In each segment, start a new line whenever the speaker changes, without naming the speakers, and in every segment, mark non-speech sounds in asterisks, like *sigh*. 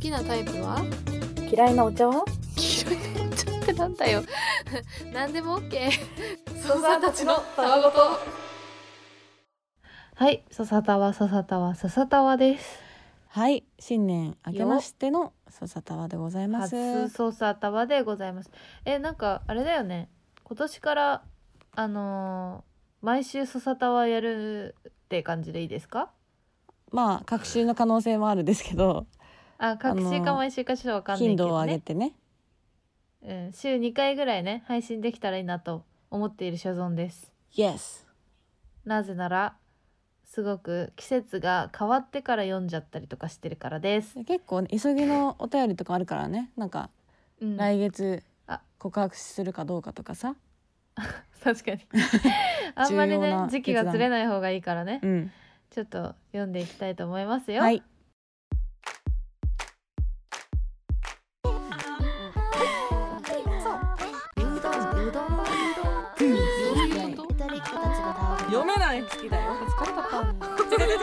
きなタイプ
*laughs*
は
嫌いなお茶は
黄色いのちょっとなんだ
*laughs*
よ何でも OK
ソサたちのたわ
ごと
はい、笹田は笹田は笹田はです。
はい新年明けましてのソサタワでございます
初笹田はでございます。え、なんかあれだよね。今年からあのー毎週笹田はやるって感じでいいですか？
まあ隔週の可能性もあるんですけど
あ、
あ
各週
のー
か毎週かちょっとわかんないけ
頻度を
ど
上げ
ね。
てね
うん、週2回ぐらいね配信できたらいいなと思っている所存です。
Yes
なぜならすごく季節が変わってから読んじゃったりとかしてるからです。
結構、ね、急ぎのお便りとかあるからねなんか
うん、
来月
あ
告白するかどうかとかさ
確か
*laughs*
にあんまり
重要
ね
な
時期がずれない方がいいからね。
うん
ちょっと読んでいきたいと思いますよ。
はい
読めない月だよ疲れ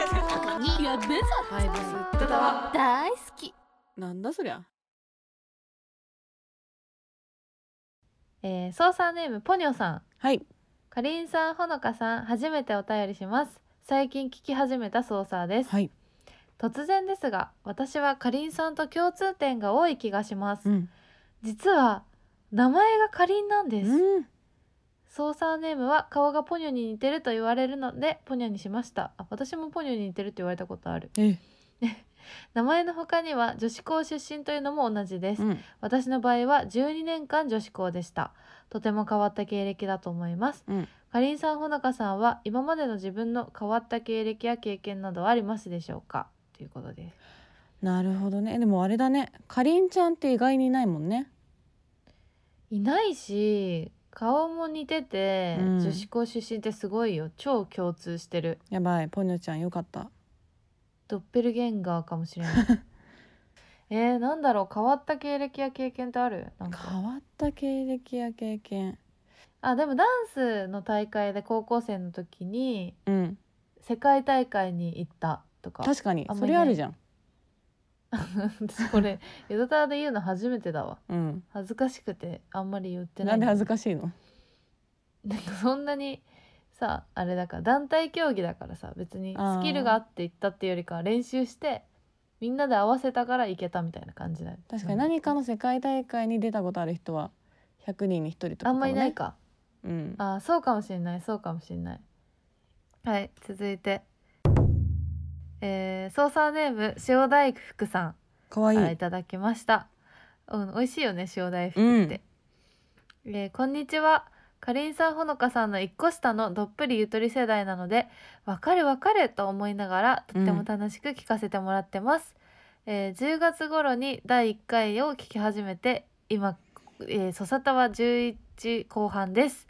大好き
*laughs* なんだそりゃ
えー、操作ネームポニョさん、
はい
かりんさん、ほのかさん、初めてお便りします。最近聞き始めた操作です。
はい
突然ですが、私はかりんさんと共通点が多い気がします。
うん
実は名前がかりんなんです。
うん
操作ネームは顔がポニョに似てると言われるのでポニョにしました。あ、私もポニョに似てるって言われたことある。
え
名前の他には女子校出身というのも同じです
う。ん
私の場合は12年間女子校でしたとても変わった経歴だと思います、
うん
かりんさんほなかさんは今までの自分の変わった経歴や経験などありますでしょうかということです
なるほどねでもあれだねかりんちゃんって意外にいないもんね
いないし顔も似てて、
うん
女子校出身ってすごいよ超共通してる
やばいポニョちゃんよかった
ドッペルゲンガーかもし
*laughs*
れないえー、なんだろう変わった経歴や経験ってあるなんか
変わった経歴や経験
あでもダンスの大会で高校生の時に
うん
世界大会に行ったとか
確かに
あんま
そ
り
れ
ない
あるじゃん
私これ「ヨドタワで言うの初めてだわ
うん
恥ずかしくてあんまり言ってな
ないんで恥
ず
ずかしいの
なんかそんなにさあれだから団体競技だからさ別にスキルがあって行ったっていうよりかは練習してみんなで合わせたからいけたみたいな感じだよ
確かに何かの世界大会に出たことある人は100人に1人とかか
あん
も、ね、
まりないか
うん
あーそうかもしれないそうかもしれないはい続いてえー、操作ネーム塩大福さん
かわいい、
からいただきました。うん、美味しいよね、塩大福って。えーこんにちは。かりんさんほのかさんの一個下のどっぷりゆとり世代なので、わかるわかると思いながら、とっても楽しく聞かせてもらってます。えー10月頃に第1回を聞き始めて、今、えー、そさたは11後半です。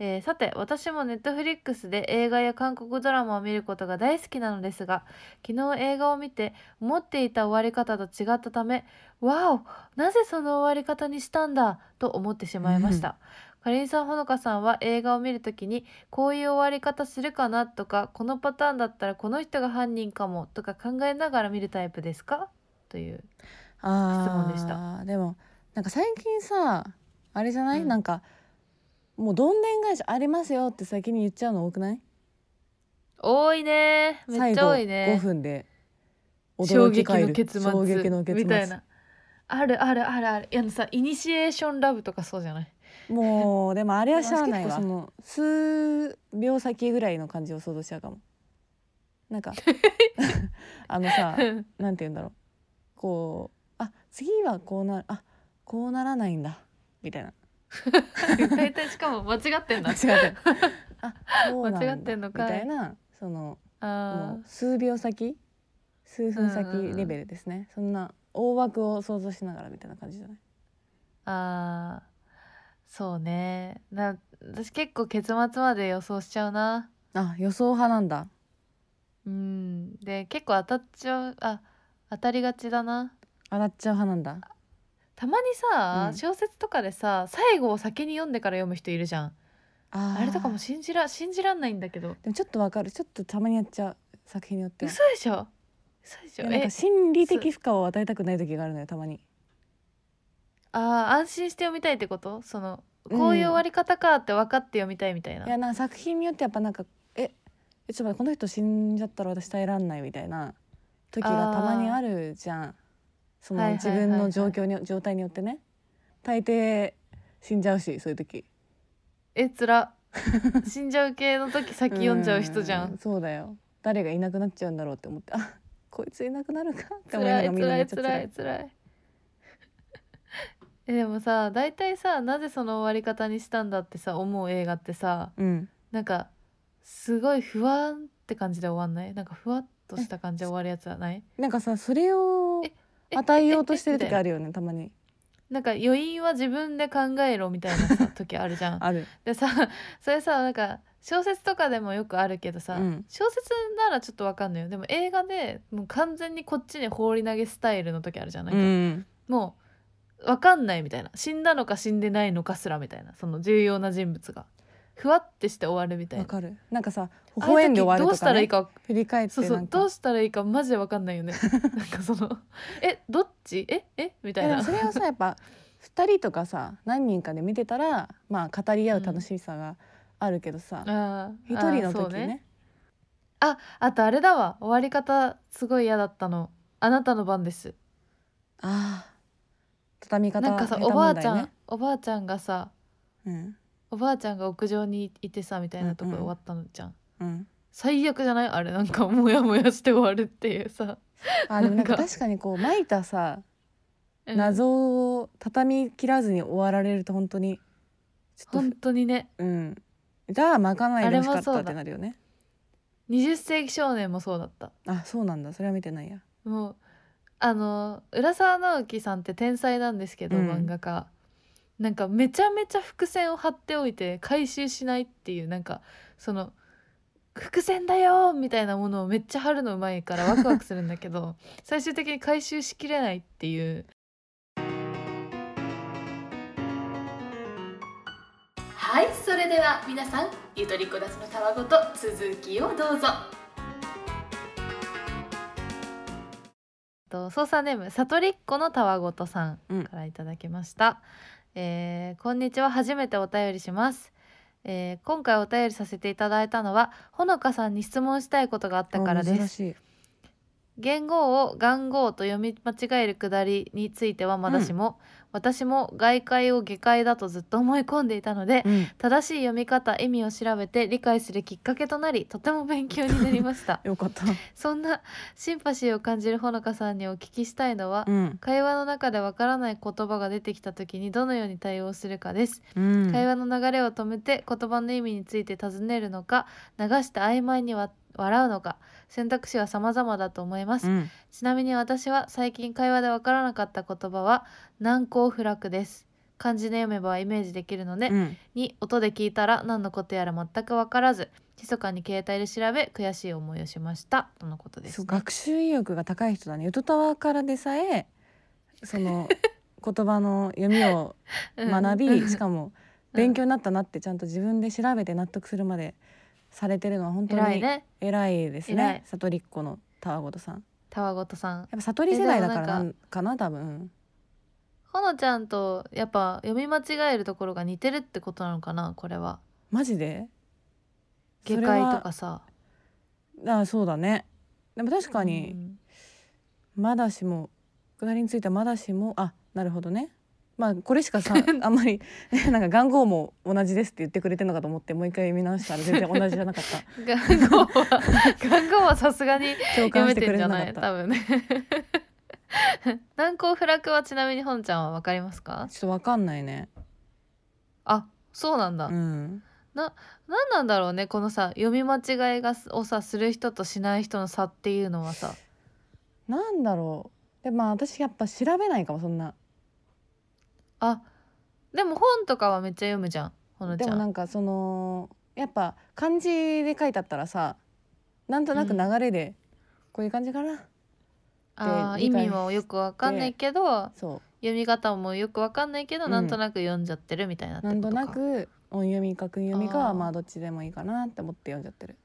えーさて私もネットフリックスで映画や韓国ドラマを見ることが大好きなのですが昨日映画を見て思っていた終わり方と違ったため「わおなぜその終わり方にしたんだ!」と思ってしまいました。かりんさんほのかさんは映画を見るときにこういう終わり方するかなとかこのパターンだったらこの人が犯人かもとか考えながら見るタイプですかという
あー
質問でした
でもなんか最近さあれじゃない、
うん
なんかもうどんでん返しありますよって先に言っちゃうの多くない
多いねめっちゃ多い
最
ね
後5分で
衝
驚き
撃
返
の
る
結末
衝撃の結末
みたいなあるあるあるあるいやあのさイニシエーションラブとかそうじゃない
もうでもあれはしゃあないわそ
私
の数秒先ぐらいの感じを想像しちゃうかもなん
*laughs*
かあのさなんて言うんだろうこうあ次はこうなるあこうならないんだみ
*laughs*
たいな
大体しかも間違ってん
間
*laughs* だ
違ってるあそうなんだ
間違ってんのかい
みたいなその
あ
もう数秒先数分先
うんうんうん
レベルですね、そんな大枠を想像しながらみたいな感じじゃない
ーあーそうねな私結構結末まで予想しちゃうな
あ予想派なんだ
うんで結構当たっちゃうあ当たりがちだな
当たっちゃう派なんだ
たまにさ、
うん
小説とかでさ最後を先に読んでから読む人いるじゃん
あ
あ
ー
れとかも信じら信じらんないんだけど
でもちょっとわかるちょっとたまにやっちゃう作品によっては
嘘でしょそうで
い
しょ
やなん
え
か心理的負荷を与えたくない時があるのよたまに
あー安心して読みたいってことそのこういう終わり方かって分かって読みたいみたいな、
いやなんか作品によってやっぱなんかええちょっと待ってこの人死んじゃったら私耐えらんないみたいな時がたまにあるじゃんそ
は
の
いはい
自
はいはい
分の状況に状態によってね大抵死んじゃうしそういう時
えつら死んじゃう系の時先読んじゃう人じゃん
そうだよ誰がいなくなっちゃうんだろうって思ってあこいついなくなるかって
つ
思いなが
ら
ら
い
み
つ
んな
ら
めっ
い
ちゃ
つ
辛
ら
い
いつらいえでもさ大体さなぜその終わり方にしたんだってさ思う映画ってさ
うん
なんかすごい不安って感じで終わんないなんかふわっとした感じで終わるやつはない
なんかさそれを
え
与えようとしてる
ええ
時
え
あ
みたい
るよねたまに
ななんか余韻は自分で考えろみたいなさ時あるじゃん
ある
でさそれさなんか小説とかでもよくあるけどさ、
うん
小説ならちょっとわかんないよでも映画でもう完全にこっちに放り投げスタイルの時あるじゃんない、
うん
もうわかんないみたいな死んだのか死んでないのかすらみたいなその重要な人物がふわってして終わるみたい
わ
な
かるなんかさ微
ああい
笑
うん時
で終わる
どう
と
した
から
い
ね
いか
振り返って
そう
な
そうん
か
どうしたらいいかマジでわかんないよねなんかそ
*laughs*
のえどっちええみたい
いやで
な
もそれをさやっぱ2人とかさ何人かで見てたらまあ語り合う楽しさがあるけどさ
あー
一、人
あー
の
そう
時ね
ああとあれだわ終わり方すごい嫌だったのあなたの番です
ああ畳み方
なんかさ、
下手
おばあちゃ
問
ん、
題ね
おばあちゃんがさ
うん
おばあちゃんが屋上にいてさみたいなとこで終わったのじゃん、
うん、
最悪じゃないあれなんかモヤモヤして終わるっていうさ、
あーでもなんか
なんか
確かにこうまいたさ
うん
謎を畳み切らずに終わられると本当にちょっ
本当にね
とうんじゃあ巻かないでほしかった
あれもそうだ
ってなるよね
20世紀少年もそうだった
あそうなんだそれは見てないや
もうあの浦沢直樹さんって天才なんですけど、
うん
漫画家なんかめちゃめちゃ伏線を張っておいて回収しないっていうなんかその伏線だよーみたいなものをめっちゃ張るのうまいからワクワクするんだけど最終的に回収しきれないっていう
はいそれでは皆さんゆとりこだちのたわごと続きをどうぞ
と操作ネームさとりっこのたわごとさ
うん
んからいただきました、えーこんにちは初めてお便りします、えー今回お便りさせていただいたのはほのかさんに質問したいことがあったから
あ
で
珍
す
しい
元号を元号と読み間違えるくだりについてはまだしも、私も外界を下界だとずっと思い込んでいたので、
うん
正しい読み方意味を調べて理解するきっかけとなりとても勉強になり
*laughs*
ました
よかった
そんなシンパシーを感じるほのかさんにお聞きしたいのは、
うん
会話の中でわからない言葉が出てきた時にどのように対応するかです、
うん
会話の流れを止めて言葉の意味について尋ねるのか流して曖昧にわ笑うのか選択肢は様々だと思います、
うん
ちなみに私は最近会話でわからなかった言葉は難攻不落です漢字で読めばイメージできるので、
うん
に音で聞いたら何のことやら全くわからず密かに携帯で調べ悔しい思いをしましたとのことです
そう学習意欲が高い人だね。ゆとたわからでさえそ
*laughs*
の言葉の読みを学び、しかも勉強になったなってちゃんと自分で調べて納得するまでされてるのは本当
偉い
に
ね
偉いです
偉
ね
い。
悟りっ子のたわごとさん。
たわごとさん
やっぱ悟り世代だから
えでも
な
なん
んかな多分。
ほのちゃんとやっぱ読み間違えるところが似てるってことなのかなこれは
マジで？
下
それ
界
は
とかさ
あそうだね。でも確か
う
に
ん
まだしも下りについてはまだしもあなるほどね。まあこれしか
*laughs*
さあんまり、 *laughs* ね、なんか元号も同じですって言ってくれてるのかと思ってもう一回見直したら全然同じじゃなかった。
*laughs* 元号は元号はさすがに
共
読
感
め
して
て
く
ん
れ
じゃ
なか
な
っ
い
た。
多分ね *laughs* 難攻不落はちなみにほのちゃんはわかりますか
ちょっとわかんないね。
あそうなんだ、
うん。
何なんだろうねこのさ読み間違いがすをさする人としない人の差っていうのはさ
なんだろう。でまあ私やっぱ調べないかもそんな。
あでも本とかはめっちゃ読むじゃんほのち
で
ゃん
もなんかそのやっぱ漢字で書いてあったらさ、なんとなく流れでこういう感じかな。
あー
理
意
解
味はよくわかんないけど
そ
読み方もよくわかんないけど、
うん
なんとなく読んじゃってるみたいな
う。
って
な
こ
ん
と
と
か
なく音読みか訓読みか
あ
は
ー
まあどっちでもいいかなって思って読んじゃってる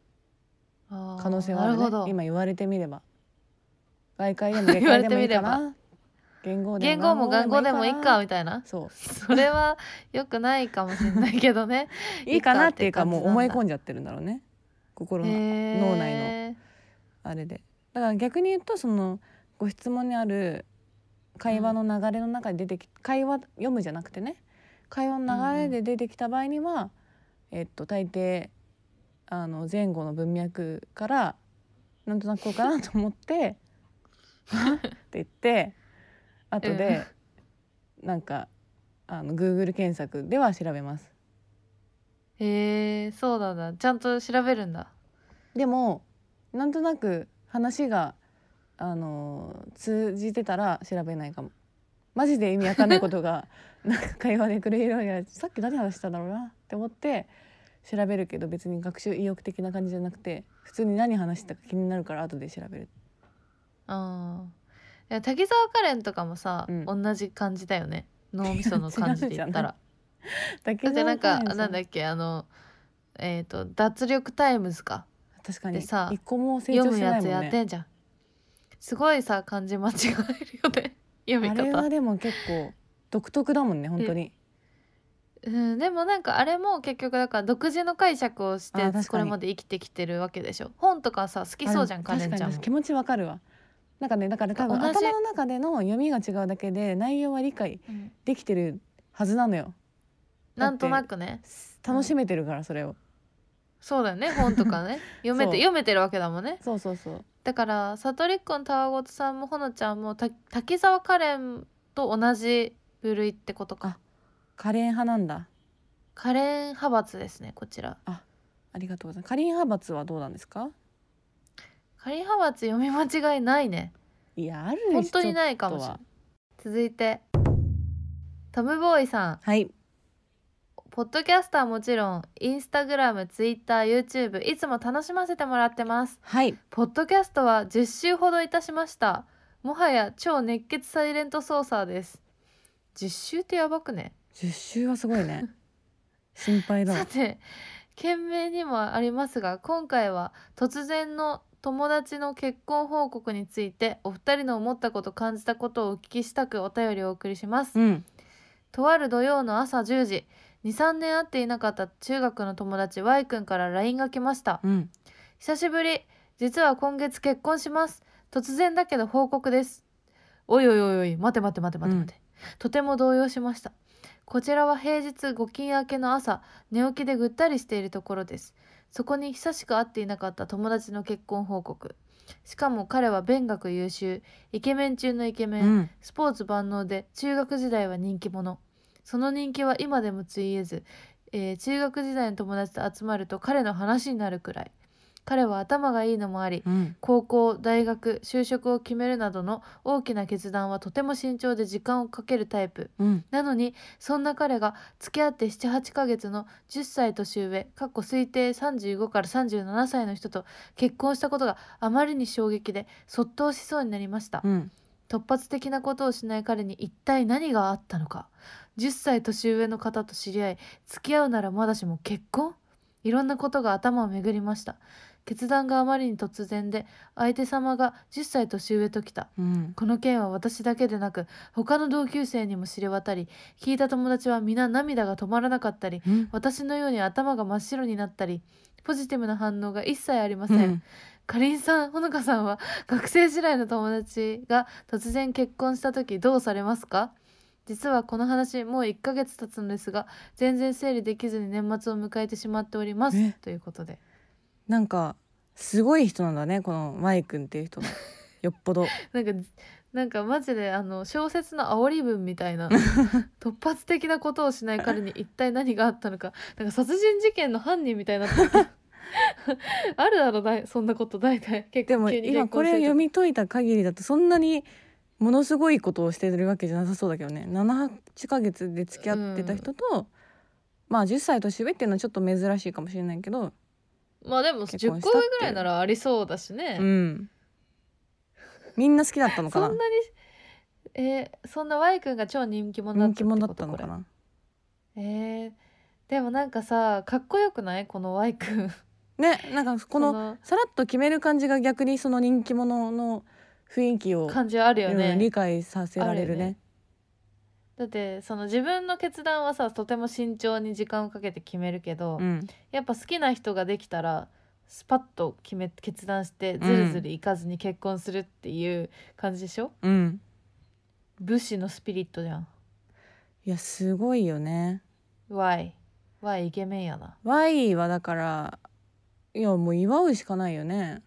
あー
可能性はある
な
ね
るほど
今言われてみれば外界
*laughs*
でも外
言わ
界
れ
で
て
もい
み
いか
れば
な言語で
言
も
語も
願
願
語
語
で
で
も
も
い
い
い
い
か
か
な
みた
*laughs*
いな
そう
それは良くないかもしれないけどね
いいかなっていうか
いいか
もう思い込んじゃってるんだろうね心の脳
脳
内のあれでだから逆に言うとそのご質問にある会話の流れの中に出てき、会話読むじゃなくてね会話の流れで出てきた場合には、えっと大抵あの前後の文脈からなんとなくこうかなと思って「あって言って後で、なんかあの Google 検索では調べます。
へえそうなんだちゃんと調べるんだ
でもなんとなく話があのー通じてたら調べないかもマジで意味わかんないこと
*laughs*
がなんか会話でくれるようにさっき何話したんだろうなって思って調べるけど別に学習意欲的な感じじゃなくて普通に何話したか気になるから後で調べる
あーいや滝沢カレンとかもさ、
うん
同じ感じだ
*laughs*
よね脳みその感じで言ったら
だけ
だってなんか
カレンさ
なんだっけあのえっ、と脱力タイムズか
確かに
でさ
一個も成長
読む
してな
や
い
つ
も
や
ん
っ
ね
てんじゃんすごいさ漢字間違えるよね *laughs* 読み
あれ
方
はでも結構独特だもんね本当に
うん、でもなんかあれも結局だから独自の解釈をし
あ
て
ー確かに
これまで生きてきてるわけでしょ本とかさ好きそうじゃんカ
あれ
レンちゃ
確かに確
ん
か
も
に気持ちわかるわなんかねだから多分
同じ
頭の中での読みが違うだけで内容は理解
うん
できてるはずなのよ
なんとなくね
楽しめてるからそれを、
そうだよね本と
*laughs*
かね読め
そう
て読めてるわけだもんね
そうそうそう
だから悟りっ子のたわごとさんもほのちゃんもた滝沢カレンと同じ部類ってことか
カレン派なんだ
カレン派閥ですねこちら
ありがとうございますカレン派閥はどうなんですか
カレン派閥読み間違いないね
いやある
本当にないかもしれない続いてトムボーイさん
はい
ポッドキャストはもちろんインスタグラムツイッター YouTube いつも楽しませてもらってます
はい
ポッドキャストは10週ほどいたしましたもはや超熱血サイレントソーサーです10週ってやばくね
10週はすごい
*laughs*
ね心配だわ
さて件名にもありますが今回は突然の友達の結婚報告についてお二人の思ったこと感じたことをお聞きしたくお便りをお送りします
うん
とある土曜の朝10時23年会っていなかった中学の友達 Y 君から LINE が来ました
うん
久しぶり実は今月結婚します突然だけど報告ですおいおいおいおい待て待て待て待て待て、とても動揺しましたこちらは平日ご勤明けの朝寝起きでぐったりしているところですそこに久しく会っていなかった友達の結婚報告しかも彼は勉学優秀イケメン中のイケメン、
うん
スポーツ万能で中学時代は人気者その人気は今でもついえず、えー中学時代の友達と集まると彼の話になるくらい彼は頭がいいのもあり
うん
高校大学就職を決めるなどの大きな決断はとても慎重で時間をかけるタイプ
うん
なのにそんな彼が付き合って78ヶ月の10歳年上かっこ推定35から37歳の人と結婚したことがあまりに衝撃でそっとしそうになりました
うん
突発的なことをしない彼に一体何があったのか10歳年上の方と知り合い付き合うならまだしも結婚いろんなことが頭を巡りました決断があまりに突然で相手様が10歳年上ときた
うん
この件は私だけでなく他の同級生にも知れ渡り聞いた友達は皆涙が止まらなかったり
うん
私のように頭が真っ白になったりポジティブな反応が一切ありません、かりんさんほのかさんは学生時代の友達が突然結婚した時どうされますか実はこの話もう1ヶ月経つのですが全然整理できずに年末を迎えてしまっておりま
え
すということで
なんかすごい人なんだねこのマイ君っていう人がよっぽど
なんかなんかマジであの小説の煽り文みた
*laughs*
いな突発的なことをしない彼に一体何があったのかなんか殺人事件の犯人みたいになってる *laughs* あるだろだいそんなこと大体結
でも
構急に結婚してる
今これを読み解いた限りだとそんなにものすごいことをしてるわけじゃなさそうだけどね78ヶ月で付き合ってた人と、まあ10歳年上っていうのはちょっと珍しいかもしれないけど、
まあでも
結婚
10
した
個
っていう
上ぐらいならありそうだしね、
うん、みんな好きだったのか
そ
なん
なにえーそんな Y 君が超人気者だっ
人気
たってこと
者だったのか
こ
な
れえーでもなんかさかっこよくないこの Y 君
*laughs* ねなんかこの
その
さらっと決める感じが逆にその人気者の雰囲気を、
感じはあるよ
うん理
ね。
解させられる
あるよ
ね
ねだってその自分の決断はさとても慎重に時間をかけて決めるけど、
うん
やっぱ好きな人ができたらスパッと決め決断してずるずるいかずに結婚するっていう感じでしょ、
うん
武士のスピリットじゃん。
いやすごいよね
Y。Y イケメンやな。
Y はだからいやもう祝うしかないよね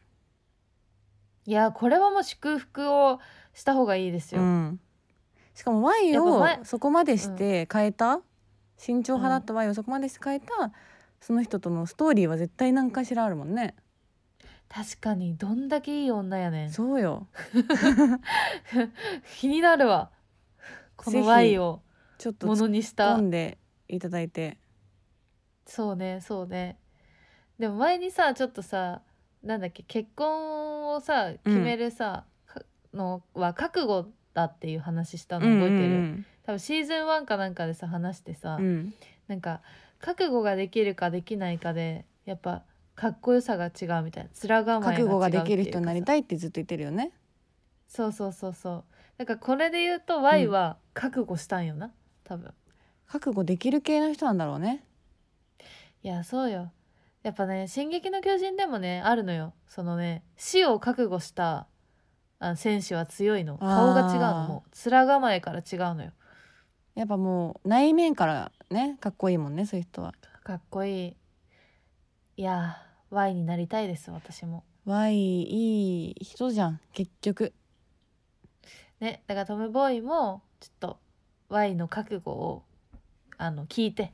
いやこれはもう祝福をした方がいいです
う
よ。
んしかも Y
やっぱ
を
前
そこまでして変えた、慎重派だった Y をそこまでして変えたその人とのストーリーは絶対何かしらあるもんね、
確かにどんだけいい女やねん。
そうよ
気になるわ。こ
ぜ
の
ひ
Y を
ちょっと
も
突
の
っ
にし
込
た。
んでいただいて
そうねそうね。でも前にさちょっとさなんだっけ結婚をさ決めるさ、かのは覚悟だっていう話したの覚えてる、
うん
多分シーズン1かなんかでさ話してさ、
うんうん
なんか覚悟ができるかできないかでやっぱかっこよさが違うみたいな面構えが違う
覚悟ができる人になり
い
たいってずっと言ってるよね
そうそうそうそうだからこれで言うと Y は覚悟したんよな、多分
覚悟できる系の人なんだろうね
いやそうよやっぱね「進撃の巨人」でもねあるのよそのね死を覚悟したあ選手は強いの顔が違う
あー
のもう面構えから違うのよ
やっぱもう内面からねかっこいいもんねそういう人は
かっこいいいやー Y になりたいです私も
Y いい人じゃん結局
ねだからトム・ボーイもちょっと Y の覚悟をあの聞いて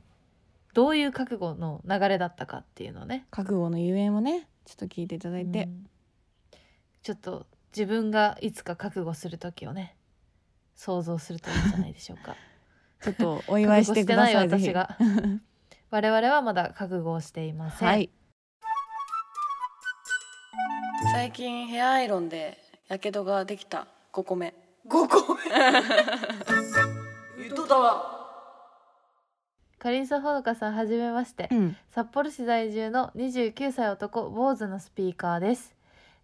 どういう覚悟の流れだったかっていうのをね、
覚悟のゆえんをねちょっと聞いていただいて、
うんちょっと自分がいつか覚悟する時をね想像するといいんじゃないでしょうか
ちょっと *laughs* お祝いしてくださいぜ
覚悟
ひ
してない私が *laughs* 我々はまだ覚悟をしていません、
はい最近ヘアアイロンでやけどができた5個目
5個目言っとったわ
かりんさんほのかさんはじめまして
うん
札幌市在住の29歳男坊主のスピーカーです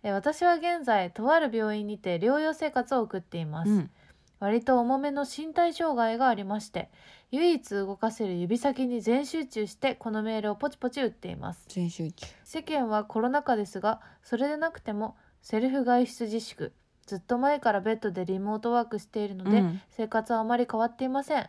えー私は現在とある病院にて療養生活を送っています、
うん
割と重めの身体障害がありまして唯一動かせる指先に全集中してこのメールをポチポチ打っています
全集中
世間はコロナ禍ですがそれでなくてもセルフ外出自粛ずっと前からベッドでリモートワークしているので、
うん
生活はあまり変わっていません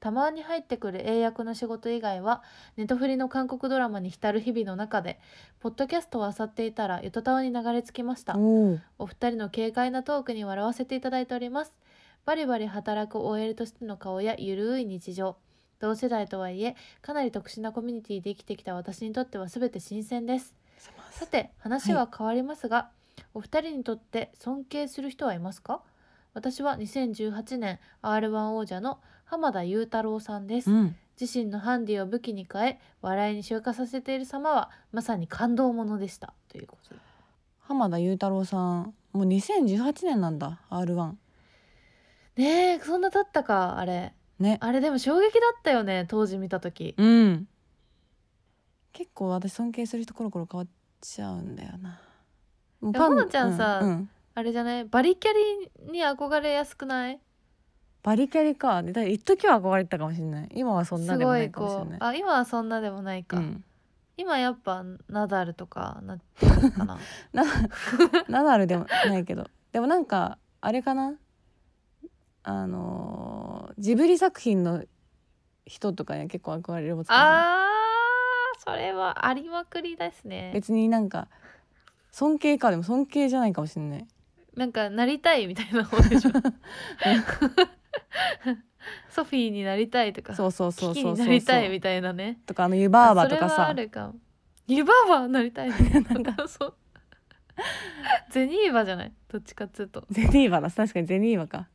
たまに入ってくる英訳の仕事以外はネトフリの韓国ドラマに浸る日々の中でポッドキャストを漁っていたらゆとたわに流れ着きました
おー
お二人の軽快なトークに笑わせていただいておりますバリバリ働く OL としての顔やゆるい日常同世代とはいえかなり特殊なコミュニティで生きてきた私にとっては全て新鮮ですさて話は変わりますが、お二人にとって尊敬する人はいますか私は2018年 R1 王者の浜田雄太郎さんです、
うん
自身のハンディを武器に変え笑いに昇華させている様はまさに感動ものでしたということで
浜田雄太郎さんもう2018年なんだ R1
ねえそんな経ったかあれ
ね
あれでも衝撃だったよね当時見た時
うん結構私尊敬する人コロコロ変わっちゃうんだよなもう
でもほのちゃんさ
ううん
あれじゃないバリキャリに憧れやすくない
バリキャリかでだ一時は憧れてたかもしれない今はそんな
す
でも
ご
ないいかもし
こ
れない
うあ今はそんなでもないか、
うん、
今やっぱナダルとかなってくるかな
なナダルでもないけどでもなんかあれかなあのージブリ作品の人とかには結構憧れを持つかもしれない
あーそれはありまくりですね
別になんか尊敬かでも尊敬じゃないかもしれない
なんかなりたいみたいな方
*laughs*
でしょソフィーになりたいとか
そうそうそう
キキ
そう
に
そう
な
そう
りたいみたいなね
とかあの湯婆婆
そ
と
れ
か
はあ
さ
るかも湯婆婆になりたいねなんかそうゼニーバじゃないどっちかっつうと
ゼニーバだ確かにゼニーバか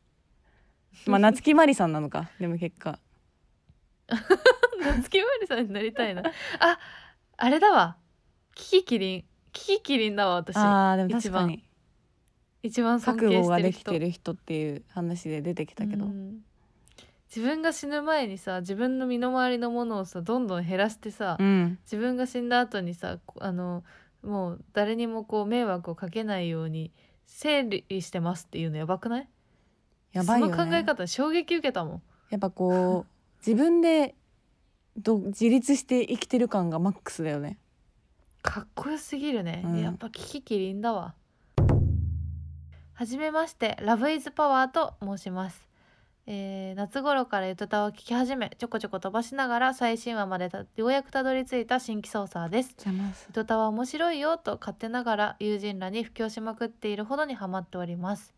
まあ夏木マリさんなのかでも結果
夏木マリさんになりたいなああれだわキキキリンキキキリンだわ私
あーでも確かに
一番尊敬
覚悟
し
が
てる
でき
人
てる人っていう話で出てきたけど
うん自分が死ぬ前にさ自分の身の回りのものをさどんどん減らしてさ、
うん
自分が死んだ後にさこあのもう誰にもこう迷惑をかけないように整理してますっていうのやばくない
やばいよ、ね、
その考え方に衝撃受けたもん
やっぱこう
*laughs*
自分でど自立して生きてる感がマックスだよね
かっこよすぎるね、
うん
やっぱキキキリンだわはじめましてラブイズパワーと申します、えー夏頃からゆとたわを聞き始めちょこちょこ飛ばしながら最新話までたようやくたどり着いた新規操作です
邪魔す
ゆとたわ面白いよと勝手ながら友人らに布教しまくっているほどにハマっております、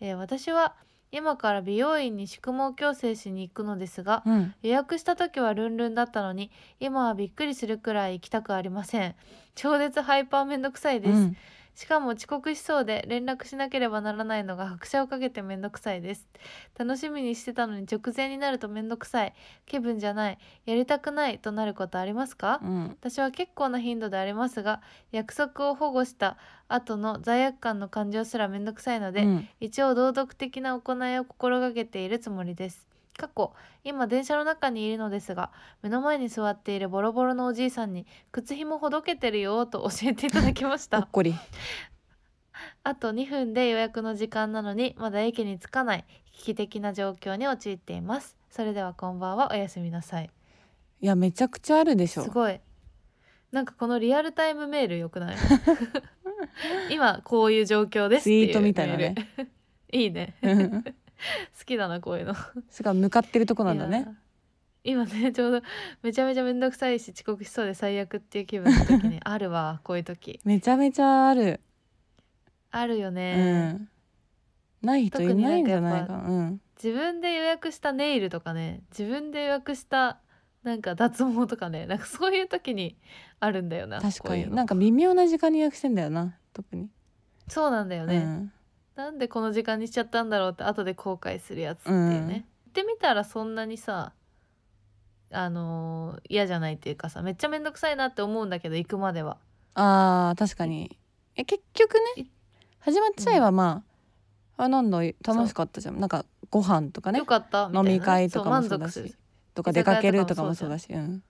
えー私は今から美容院に宿毛矯正しに行くのですが
うん
予約した時はルンルンだったのに今はびっくりするくらい行きたくありません超絶ハイパーめんどくさいです、
うん
しかも遅刻しそうで連絡しなければならないのが拍車をかけてめんどくさいです楽しみにしてたのに直前になるとめんどくさい気分じゃないやりたくないとなることありますか、
うん
私は結構な頻度でありますが約束を保護した後の罪悪感の感情すらめんどくさいので、
うん
一応道徳的な行いを心がけているつもりです。過去今電車の中にいるのですが目の前に座っているボロボロのおじいさんに靴ひもほどけてるよと *laughs* 教えていただきまし
ほ *laughs*
た
っこり
あと2分で予約の時間なのにまだ駅に着かない危機的な状況に陥っていますそれではこんばんはおやすみなさい
いやめちゃくちゃあるでし
す
ょ
ごいなんかこのリアルタイムメールよく
*laughs*
ない今こういう状況ですっ
ツ
て
イ
いう
ートみたいな
メー
ね
ル *laughs* いいね
うん
好きだなこういうの
しかも向かってるとこなんだ
い
ね
やー今ね *laughs* ちょうどめちゃめちゃめんどくさいし遅刻しそうで最悪っていう気分の
*laughs*
時にあるわこういう時
めちゃめちゃある、
あるよね、
うんない人いないんじゃないかなうん
自分で予約したネイルとかね自分で予約したなんか脱毛とかねなんかそういう時にあるんだよな
確
こ
か
ういう
に
の
なんか微妙な時間に予約してんだよな特に、
そうなんだよね、
うん
なんでこの時間にしちゃったんだろうって後で後悔するやつっていうね、言ってみたらそんなにさあのー嫌じゃないっていうかさめっちゃめんどくさいなって思うんだけど行くまでは
あー確かにえ結局ね
い
始まっちゃえばまあ、あなんだ楽しかったじゃんなんかご飯とかね
よかったみたいなね、
飲み会とかも
そ
そう
う満
だ
足
し
する
とか
居
出
酒屋
かけるとか
とかも
も
そ
そうう
じゃん
だしうん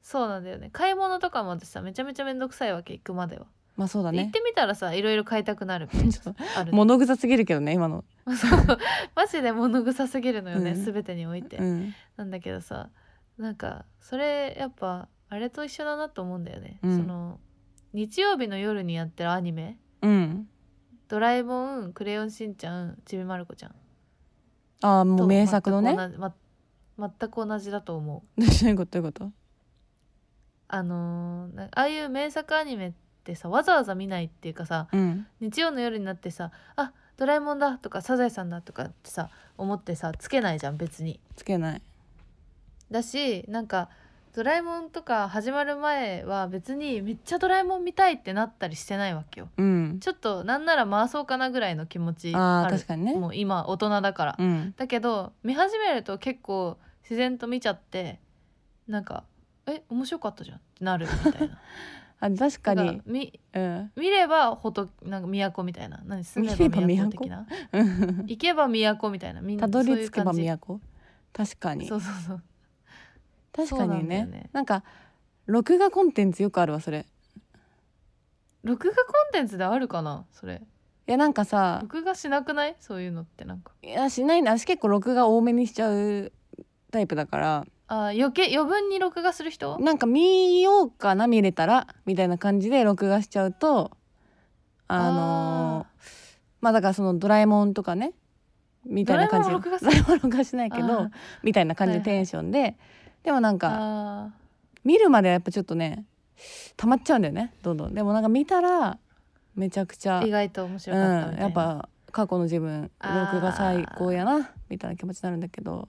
そうなんだよね買い物とかも私さめちゃめちゃめんどくさいわけ行くまでは、
まあそうだ
行っ
ね
てみたらさいろいろ買いたくなるみた
*laughs*
い
ちょっと
なある
物臭すぎるけどね今の、
*laughs* そうマジで物臭すぎるのよね、
うん
全てにおいて、
うん、
なんだけどさなんかそれやっぱあれと一緒だなと思うんだよね、
うん
その日曜日の夜にやってるアニメ
うん、
「ドラえもん」「クレヨンしんちゃん」「ちびまる子ちゃん
ああ」も
と
う名作のね
全く同じま全く同じだと思
*laughs*
う
どういうことどういうこと
あのーなああいう名作アニメってさわざわざ見ないっていうかさ
うん
日曜の夜になってさ「あドラえもんだ」とか「サザエさんだ」とかってさ思ってさつけないじゃん別に。
つけない
だしなんか「ドラえもん」とか始まる前は別にめっちゃ「ドラえもん」見たいってなったりしてないわけよ。
うん
ちょっとなんなら回そうかなぐらいの気持ち
あ
あ
あ
る
確かにね
もう今大人だから。
うん
だけど見始めると結構自然と見ちゃってなんか「え面白かったじゃん」ってなるみたいな。
あ確か
だら
に
み
うん
見ればほとなんか都みたいな何住め
見れ
ば
ば
都
都
的な
うん *laughs*
行けば都みたいなみんな
たど
そうい
り
う
着けば
感じ
都確かに
そうそうそう
確かにねなん
そうなだよね
んか録画コンテンツよくあるわそれ
録画コンテンツであるかなそれ
いやなんかさ
録画しなくないそういうのってなんか
いやしないな私結構録画多めにしちゃうタイプだから
あー余計余分に録画する人
なんか見ようかな見れたらみたいな感じで録画しちゃうとあのーまあだからその「ドラえもん」とかねみたいな感じで
ドラえもんは録画す
ドラえもんは録画しない
ー
け
あ
ど
ー
みたいな感じのテンションで、でもなんか
あ
見るまではやっぱちょっとね溜まっちゃうんだよねどんどんでもなんか見たらめちゃくちゃ
ー意外と面白
う
かったみ
ん、
たいな、
やっぱ過去の自分
あー
録画最高やなみたいな気持ちになるんだけど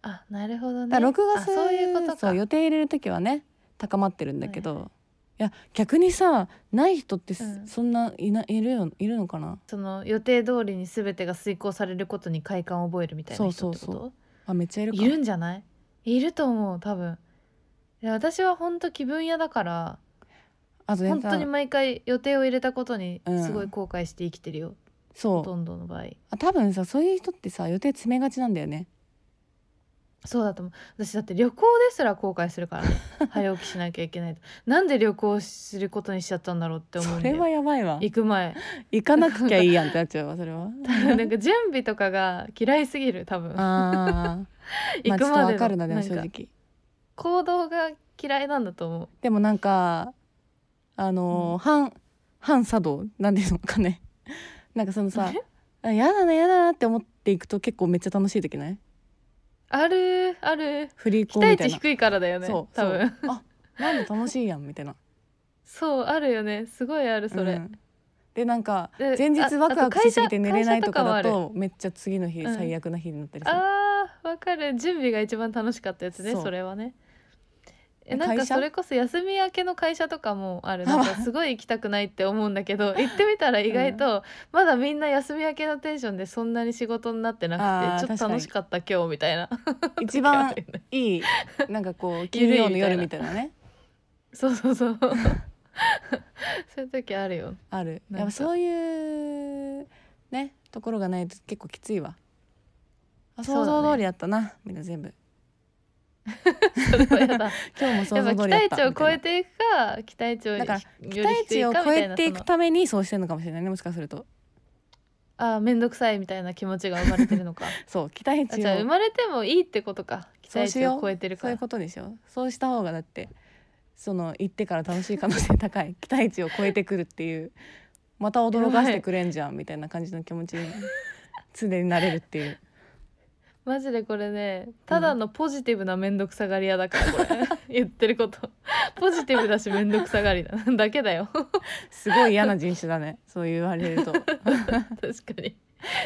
あなるほどね
だから録画
あ
する
そういうこと
そ
か
う予定入れる時はね高まってるんだけど、いや逆にさない人ってす、
うん
そんないないるよいるのかな
その予定通りに全てが遂行されることに快感を覚えるみたいな人ってこ
そ
と
うそうあめっちゃいるか
いるんじゃないいると思う多分いや私は本当気分屋だから
あとね
本当に
さ
毎回予定を入れたことに
うん
すごい後悔して生きてるよ、
そ
ほ
う
とんどの場合
あ多分さそういう人ってさ予定詰めがちなんだよね
そうだと思う私だって旅行ですら後悔するか
*laughs*
らね早起きしなきゃいけないとなんで旅行することにしちゃったんだろうって思う
そ
んだ
れは
よ
やばいわ
行く
*laughs*
前
行かなきゃいいやんってなっちゃうわそれ
*laughs*
は
なんか準備とかが嫌いすぎる多分
あー、ま
行
あちょ
く
っと
ま
わ
での
かるなでも
ん
正
か
直
行動が嫌いなんだと思う
でもなんかあのー
うん
反反作動なんていうのかねなんかそのさあやだなやだなって思っていくと結構めっちゃ楽しい時ない
あるある
振り
期
子み
待
たい
値
な
低いからだよね
そう
多分
そうあなんで楽しいやんみたいな
そうあるよねすごいあるそれ、
うんでなんか
で
前日
あ
ワクワクしすぎて
あと会
寝
社
れないとかだ
会社とか
とめっちゃ次の日
うん
最悪な日になったりする、
あーわかる準備が一番楽しかったやつね
そ
そうれはねえ
え
なんか
会社
それこそ休み明けの会社とかもある
あ *laughs*
なんかすごい行きたくないって思うんだけど行ってみたら意外とまだみんな休み明けのテンションでそんなに仕事になって
あー
なくてちょっと楽しかった今日みたいな
*laughs* 一番
時あるよね
いいなんかこ
*laughs*
う金曜の夜
ゆるい
み
み
たいなね
*laughs* そうそうそう
*laughs*
そういう時あるよ
ある
なんか
やっぱそういうねところがないと結構きついわあ
そうだ
想
ね
像通りやったな、みんな全部
それはやだ
今 *laughs* 日も想
やっぱ
像
期
通りやっ
待
た
値を超え
み
ていくか期待値をよ
だから
り
たいな期待
低
値
い
を
か
超
みたい
え
な
てい
その
くためにそうしてるのかもしれないねもしかすると
ああ面倒くさいみたいな気持ちが生まれてるのか
そう期待
あ
値
じゃあ生
を
まれてもいいってことか期
そう
待
し
値
よ
を
う
超えてる
そ
か
うい
ら
うことでしょそうした方がだってその行ってから楽しい可能性高い *laughs* 期待値を超えてくるっていうまた驚かしてくれんじゃんみたいな感じの気持ちに常になれるっていう
マジでこれねただのポジティブな面倒くさがり屋だからこれ *laughs* 言ってることポジティブだし面倒くさがりだ *laughs* だけ
*laughs*
だよ確
すごい嫌な人種だ
*laughs*
ねそう言われると
かに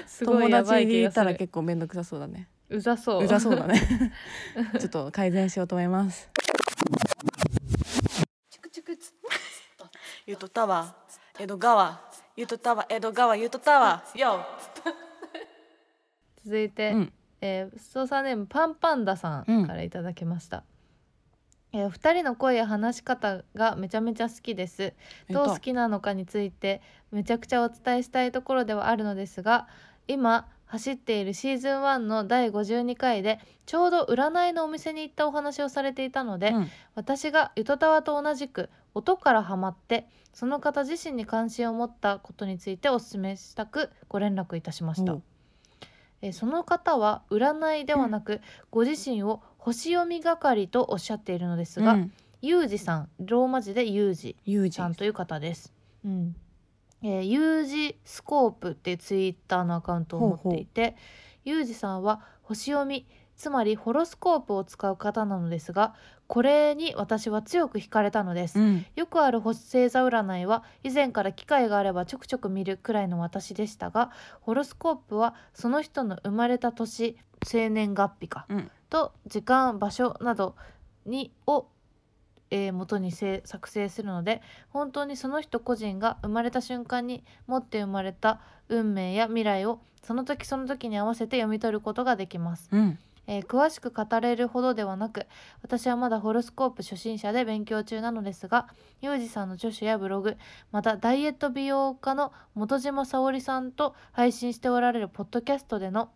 すご
友
いやば
達
い
に
気
い
が
た
す
ら
る
結構面倒くさそうだね
うざそう
うざそうだねちょっと改善しようと思います
チュクチュクツ
ゆとたわ江戸川ゆとたわ江戸川ゆとたわよ
*laughs* 続いて、
うん
えー、操作ネームパンパンダさ
うん
んからいただきました、えーお二人の声や話し方がめちゃめちゃ好きですどう好きなのかについてめちゃくちゃお伝えしたいところではあるのですが今走っているシーズン1の第52回でちょうど占いのお店に行ったお話をされていたので、
うん
私がゆとたわと同じく音からハマってその方自身に関心を持ったことについてお勧めしたくご連絡いたしました
おう。
えーその方は占いではなく、ご自身を星読み係とおっしゃっているのですが、
うん
ユージさんローマ字でユージ
ユージ
さんという方です。うんえー、ユージスコープっていうツイッターのアカウントを持っていてユージさんは星読みつまりホロスコープを使う方なのですがこれに私は強く惹かれたのです、
うん
よくある星星座占いは以前から機会があればちょくちょく見るくらいの私でしたがホロスコープはその人の生まれた年生年月日か、
うん
と時間場所などにを、えー元にせ作成するので本当にその人個人が生まれた瞬間に持って生まれた運命や未来をその時その時に合わせて読み取ることができます。
うん
えー詳しく語れるほどではなく私はまだホロスコープ初心者で勉強中なのですがユージさんの著書やブログまたダイエット美容家の元島沙織さんと配信しておられるポッドキャストでの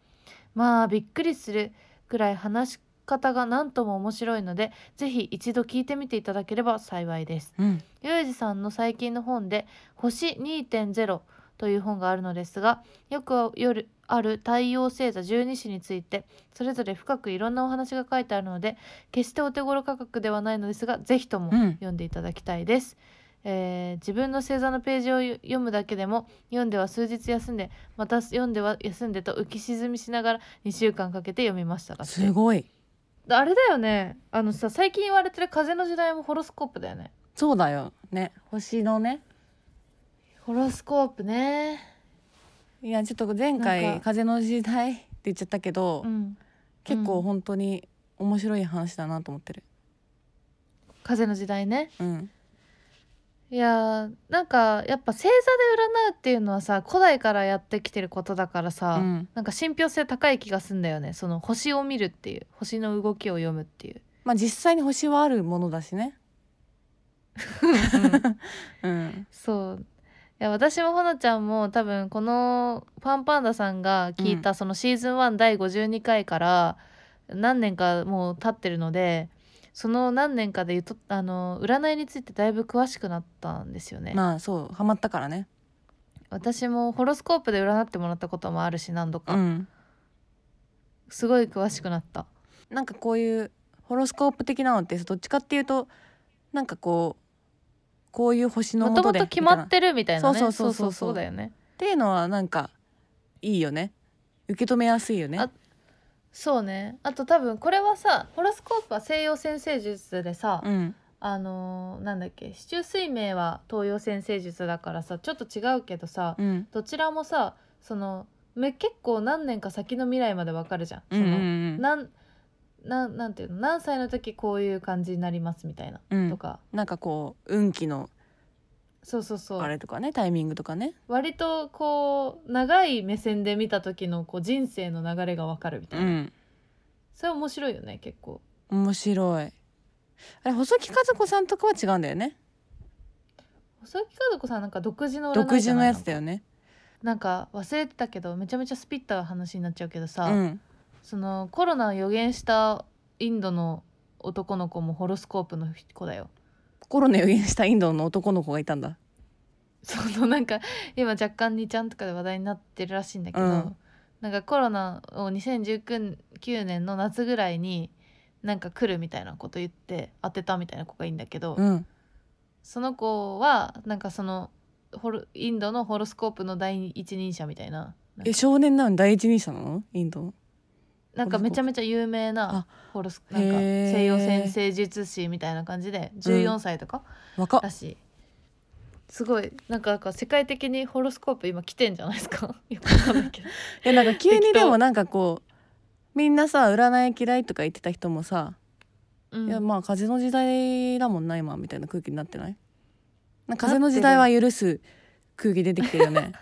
まあびっくりするくらい話し方が何とも面白いのでぜひ一度聞いてみていただければ幸いです。
うん
ユージさんの最近の本で「星2.0」という本があるのですがよく夜ある太陽星座十二支についてそれぞれ深くいろんなお話が書いてあるので決してお手頃価格ではないのですがぜひとも
うん
読んでいただきたいです、えー自分の星座のページを読読むだけでも読んでは数日休んでまた読んでは休んでと浮き沈みしながら2週間かけて読みましただって
すごい
あれだよねあのさ最近言われてる風の時代もホロスコープだよね
そうだよね星のね
ホロスコープね
いやちょっと前
なん
回「
か
風の時代」って言っちゃったけど、
うん
結
う
構
ん
本当に面白い話だなと思ってる
風の時代ね
うん
いやーなんかやっぱ星座で占うっていうのはさ古代からやってきてることだから
う
さ、
ん
なんか信憑性高い気がすんだよねその星を見るっていう星の動きを読むっていう、
まあ実際に星はあるものだしね
うん
うん
*laughs* そういや私もほのちゃんも多分このパンパンダさんが聞いたそのシーズン1第52回から、何年かもう経ってるのでその何年かでゆとあの占いについてだいぶ詳しくなったんですよね、
まあそうハマったからね
私もホロスコープで占ってもらったこともあるし何度か、
うん
すごい詳しくなった
なんかこういうホロスコープ的なのってどっちかっていうとなんかこうこういう星の
も
も
と
と
も
で
と決まっ
みたい
てるみたいなね
そうそうそうそう
そうだよね
なっていうのはなんかいいよね受け止めやすいよね
あそうねあと多分これはさホロスコープは西洋先生術でさ、
うん
あのーなんだっけ四柱推命は東洋先生術だからさちょっと違うけどさ、
うん
どちらもさそのめ結構何年か先の未来までわかるじゃん。
う
そ
んう
の
ん
なんなんなんていうの何歳の時こういう感じになりますみたいな、
うん
とか
なんかこう運気の
そうそうそ
あ
う
れとかねタイミングとかね
割とこう長い目線で見た時のこう人生の流れがわかるみた
う
いな、
ん
それ面白いよね結構
面白いあれ細木和子さんとかは違うんだよね
細木和子さんなんか独自の占いじゃない
独自のやつだよね
なんか忘れてたけどめちゃめちゃスピった話になっちゃうけど
う
さ、
ん
そのコロナを予言したインドの男の子もホロスコープの子だよ。
コロナ予言したインドの男の子がいたんだ
そのなんか今若干2ちゃんとかで話題になってるらしいんだけど、
うん
なんかコロナを2019年の夏ぐらいになんか来るみたいなこと言って当てたみたいな子がいいんだけど、
うん
その子はなんかそのホロインドのホロスコープの第一人者みたいな
え少年なのに第一人者なのインドの
なんかめちゃめちゃ有名なホロス
あ
なんか
へー
西洋先生術師みたいな感じで14歳とか
若っ
だし、すごいなんかなんか世界的にホロスコープ今来てんじゃないですか *laughs* よくわかんないけど
いやなんか急に
適当
でもなんかこうみんなさ占い嫌いとか言ってた人もさ、
うん
いやまあ風の時代だもんな今みたいな空気になってないなんか風の時代は許す空気出てきてるよね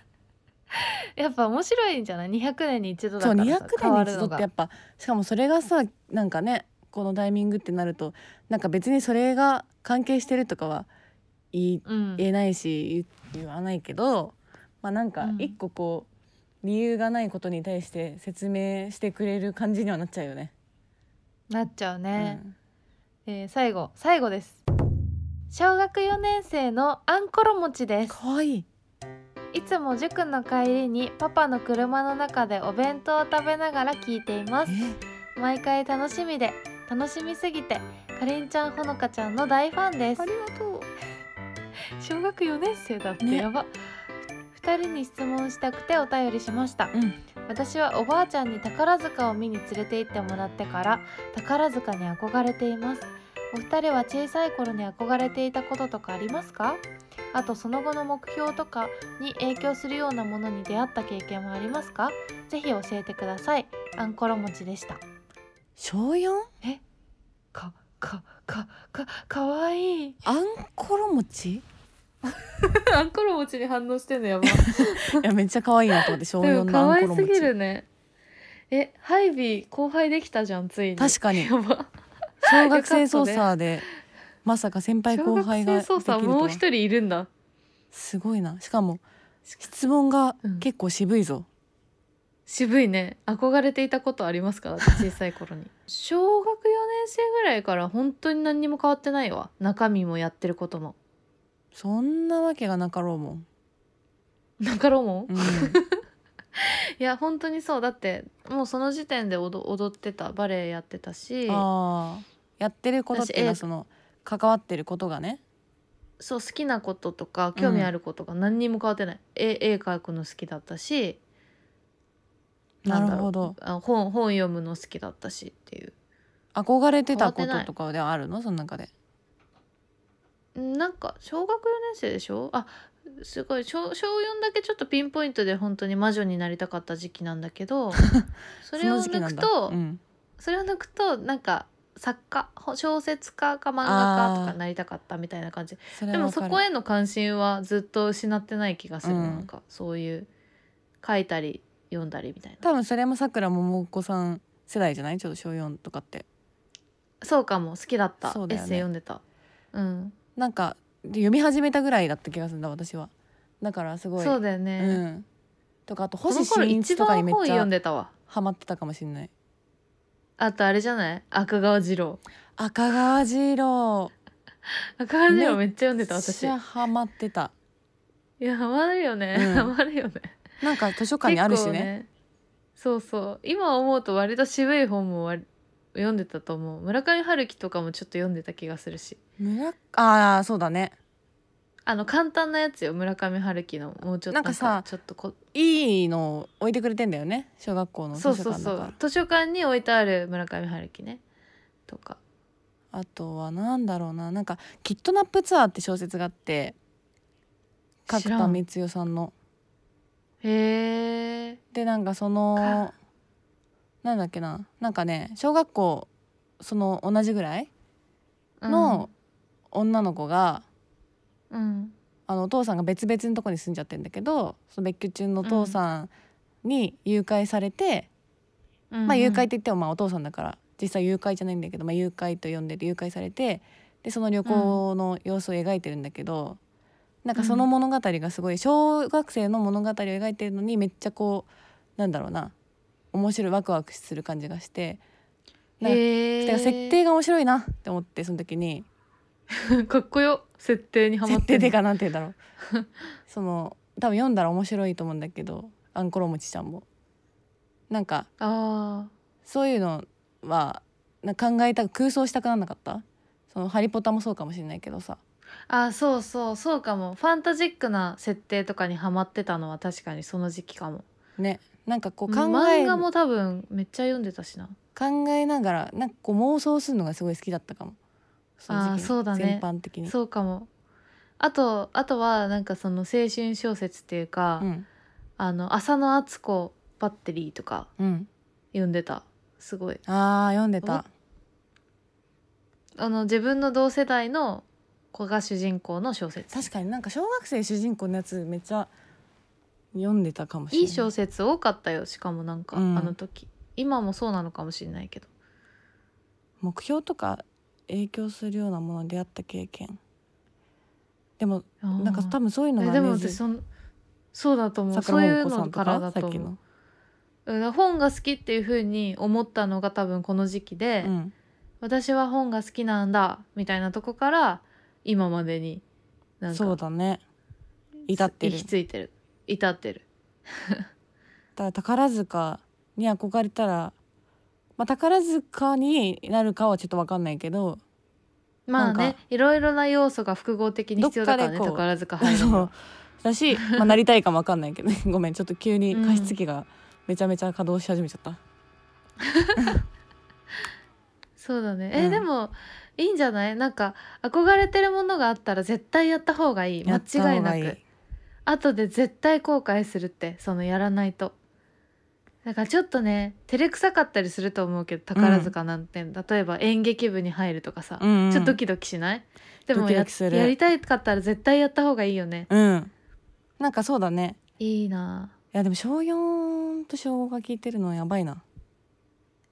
やっぱ面白いんじゃない200年に一度だ
そう
か
200
らさ変わ
年に
る
一度
の
って
が
やっぱしかもそれがさなんかねこのタイミングってなるとなんか別にそれが関係してるとかは言い
うん
言えないし言言わないけど、まあ、なんか
うん
一個こう理由がないことに対して説明してくれる感じにはなっちゃうよね。
なっちゃうね
う、ん
えー最後最後です小学4年生のアンコロ餅です
かわいい。
いつも塾の帰りにパパの車の中でお弁当を食べながら聞いています毎回楽しみで楽しみすぎてかりんちゃんほのかちゃんの大ファンです
がとう。
小学4年生だって
ね
やば、2人に質問したくてお便りしました、
うん
私はおばあちゃんに宝塚を見に連れて行ってもらってから宝塚に憧れていますお二人は小さい頃に憧れていたこととかありますかあとその後の目標とかに影響するようなものに出会った経験もありますかぜひ教えてくださいあんころ餅でした
小四？
かかかかかわいい
あんころ餅？い
あんころ餅に反応してんのやば
やめっちゃ可愛いなと思って小
で
四
も
の
可
あん
愛
ころ
す
餅。
ぎるねえハイビー後輩できたじゃんついに
確かに
やば
*laughs* 小学生操作で、まさか先輩
小
後
学
輩が
生
できる
操
とは
作もう一人いるんだ
すごいな。しかも質問が
うん
結構渋いぞ。
渋いね憧れていたことありま
*laughs*
すから小さい頃に小学4年生ぐらいから本当に何にも変わってないわ中身もやってることも
そんなわけがなかろうもん。
なかろうもん
う
*laughs*
ん、
いや本当にそうだってもうその時点で踊踊ってたバレエやってたし
ああやってることっていうのは
私
その関わってることがね。
そう好きなこととか興味あることが何にも変わってない、絵絵描くの好きだったし
なんる
だろう
ほど。
あ本本読むの好きだったしっていう
憧れてたこ
変わってな
とと
い
かではあるのその中で。
なんか小学4年生でしょあすごい小小4だけちょっとピンポイントで本当に魔女になりたかった時期なんだ
*laughs*
けどそれを
の時期
抜
な
く
んだ
とそ,、
うん
れを抜くとなんか作家ほ小説家か漫画家とかなりたかったみたいな感じ
それ
で
は
も
わか
そ
る
こへの関心はずっと失ってない気がする、
うん
なんかそういう書いたり読んだりみたいな
多分それもさくらももこさん世代じゃないちょっと小4とかって
そうかも好きだった
そう
エ
だ
ッ
よね
セイ読んでたうん
なんかで読み始めたぐらいだった気がするんだ私はだからすごい
そうだよ
う
ね、
ん、とかあと
この
星
頃
新一
一
とかに
番
めっ
本
ち
読
ゃ
んでたわ
ハマってたかもしれない
あとあれじゃない赤川次郎
赤川次郎
赤川次郎めっちゃ読んでた私
めっちゃハマってた
いやハマるよね、
うん
ハマるよね
なんか図書館にあるし
結構
ね
そうそう今思うと割と渋い本も割読んでたと思う村上春樹とかもちょっと読んでた気がするし
村ああそうだね
あの簡単なやつよ村上春樹のもうちょっと
なんかさ
ちょっとこ
いいの置いてくれてんだよね小学校の図書
そう
館だ
そ
か
う
ら
そう図書館に置いてある村上春樹ねとか
あとはなんだろうななんか「キットナップツアー」って小説があって角
知らん
田光代さんの。
へえ
でなんかその
か
なんだっけななんかね小学校その同じぐらいの女の子が、
うん
あのお父さんが別々のとこに住んじゃってんだけどその別居中のお父さんに誘拐されて、
うん
まあ誘拐って言ってもまあお父さんだから実際誘拐じゃないんだけど、まあ、誘拐と呼んでる誘拐されてでその旅行の様子を描いてるんだけど、なんかその物語がすごい小学生の物語を描いてるのにめっちゃこうなんだろうな面白いワクワクする感じがしてなんか
へ
だから
え
設定が面白いなって思ってその時に
かっこよ設定にハマっ
設定
てん
で
の
かなんて言うんだろうその多分読んだら面白いと思うんだけどあんころもちちゃんも。なんか
あ
そういうのはなんか考えた空想したくなんなかったその「ハリポタ」もそうかもしれないけどさ
ーあーそうそうそうかもファンタジックな設定とかにハマってたのは確かにその時期かも
ねなんかこう考え
漫画も多分めっちゃ読んでたしな
考えながらなんかこう妄想するのがすごい好きだったかもその時期
あーそうだね
全般的に
そうかもあとあとはなんかその青春小説っていうか、
うん
あの浅野敦子バッテリーとか
うん
読んでたすごい
あー読んでた
あの自分の同世代の子が主人公の小説
確かになんか小学生主人公のやつめっちゃ読んでたかもしれない
いい小説多かったよしかもなんか、
うん
あの時今もそうなのかもしれないけど
目標とか影響するようなものに出会った経験でもなんか多
分
分そういうのが
でも
根付い
私そんそうだと思うそうい
桜桃
う
子さ
の
んと
からだ
かさ
と
っき
思
の
ううん本が好きっていうふうに思ったのが多分この時期で、
うん
私は本が好きなんだみたいなとこから今までになんか
そうだね至ってる
行き着いてる至ってる
だから宝塚に憧れたら、まあ、宝塚になるかはちょっと分かんないけど
まあ
なん
ね
か
いろいろな要素が複合的に必要だからね
どっかでこう
宝塚入る
そ
の
う
は
だし、まあ、なりたいかも分かんないけど *laughs* ごめんちょっと急に加湿器がめちゃめちゃ稼働し始めちゃった、
そうだねえ、
うん
でもいいんじゃないなんか憧れてるものがあったら絶対やった方がいい間
やった
違い
方
なく
がいい
後で絶対後悔するってそのやらないとだからちょっとね照れくさかったりすると思うけど宝塚なんて、例えば演劇部に入るとかさ、
うんうん
ちょっとドキドキしないでもや
ドキドキする
やりたいかったら絶対やった方がいいよね
うんなんかそうだね
いいない
やでも小4と小5が聞いてるのやばいな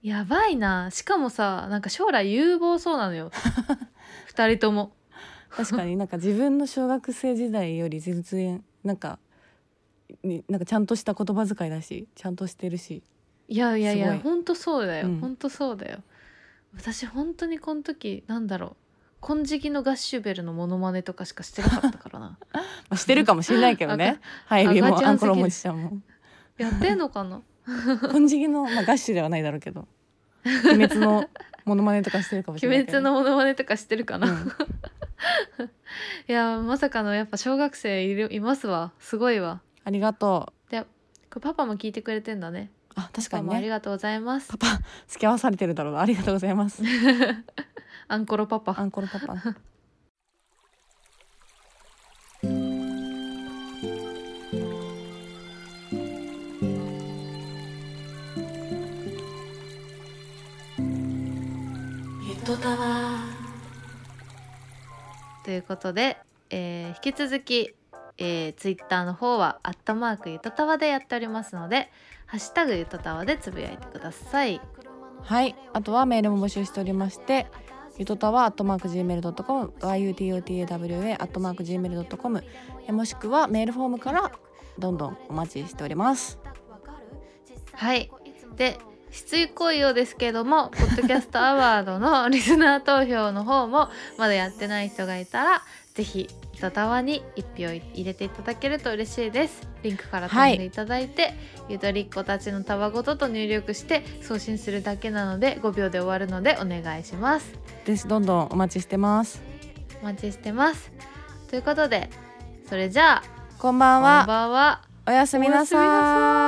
やばいなしかもさなんか将来有望そうな
*laughs*
のよ二人とも
確かになんか自分の小学生時代より全然なんかになんかちゃんとした言葉遣いだしちゃんとしてるし
いやいやい
すご
や
い
ほんとそうだよ、
うん
ほんとそうだよ私本当にこの時なんだろう金色のガッシュベルのモノマネとかしかしてなかったか
*laughs*
らな
まあしてるかもしれないけ
*laughs*
どねはいリ
赤
も
ちゃん
アンコロもちちゃんも
やってんの
*laughs*
かな
金色の、まあ、ガッシュではないだろうけど「鬼滅」のモノマネとかしてるかもしれな
鬼
いけど
滅のモノマネとかしてるかな、
うん
いやまさかのやっぱ小学生いるいますわすごいわ
ありがとう
でこれパパも聞いてくれてんだね
あ確
パ
か
パ
に
もあり
ね
がとうございます
パパ付き合わされてるだろうなありがとうございます
アンコロパパ
アンコロパパ
ゆとたわ
ということで、えー引き続き、えー、ツイッターの方は「アットマークゆとたわ」でやっておりますので「ハッシュタグゆとたわ」でつぶやいてください
はいあとはメールも募集しておりましてゆとたわ atmarkgmail.com yutotawa atmarkgmail.com えもしくはメールフォームからどんどんお待ちしております
はいで失意行為をですけどもポッドキャストアワー
*laughs*
ドのリスナー投票の方もまだやってない人がいたらぜひドタワに一票入れていただけると嬉しいですリンクから飛んでいただいて、ゆとりっ子たちのたわごとと入力して送信するだけなので5秒で終わるのでお願いします
ですどんどんお待ちしてます
お待ちしてますということでそれじゃあ
こんばんは
こんばんは
おやすみなさーい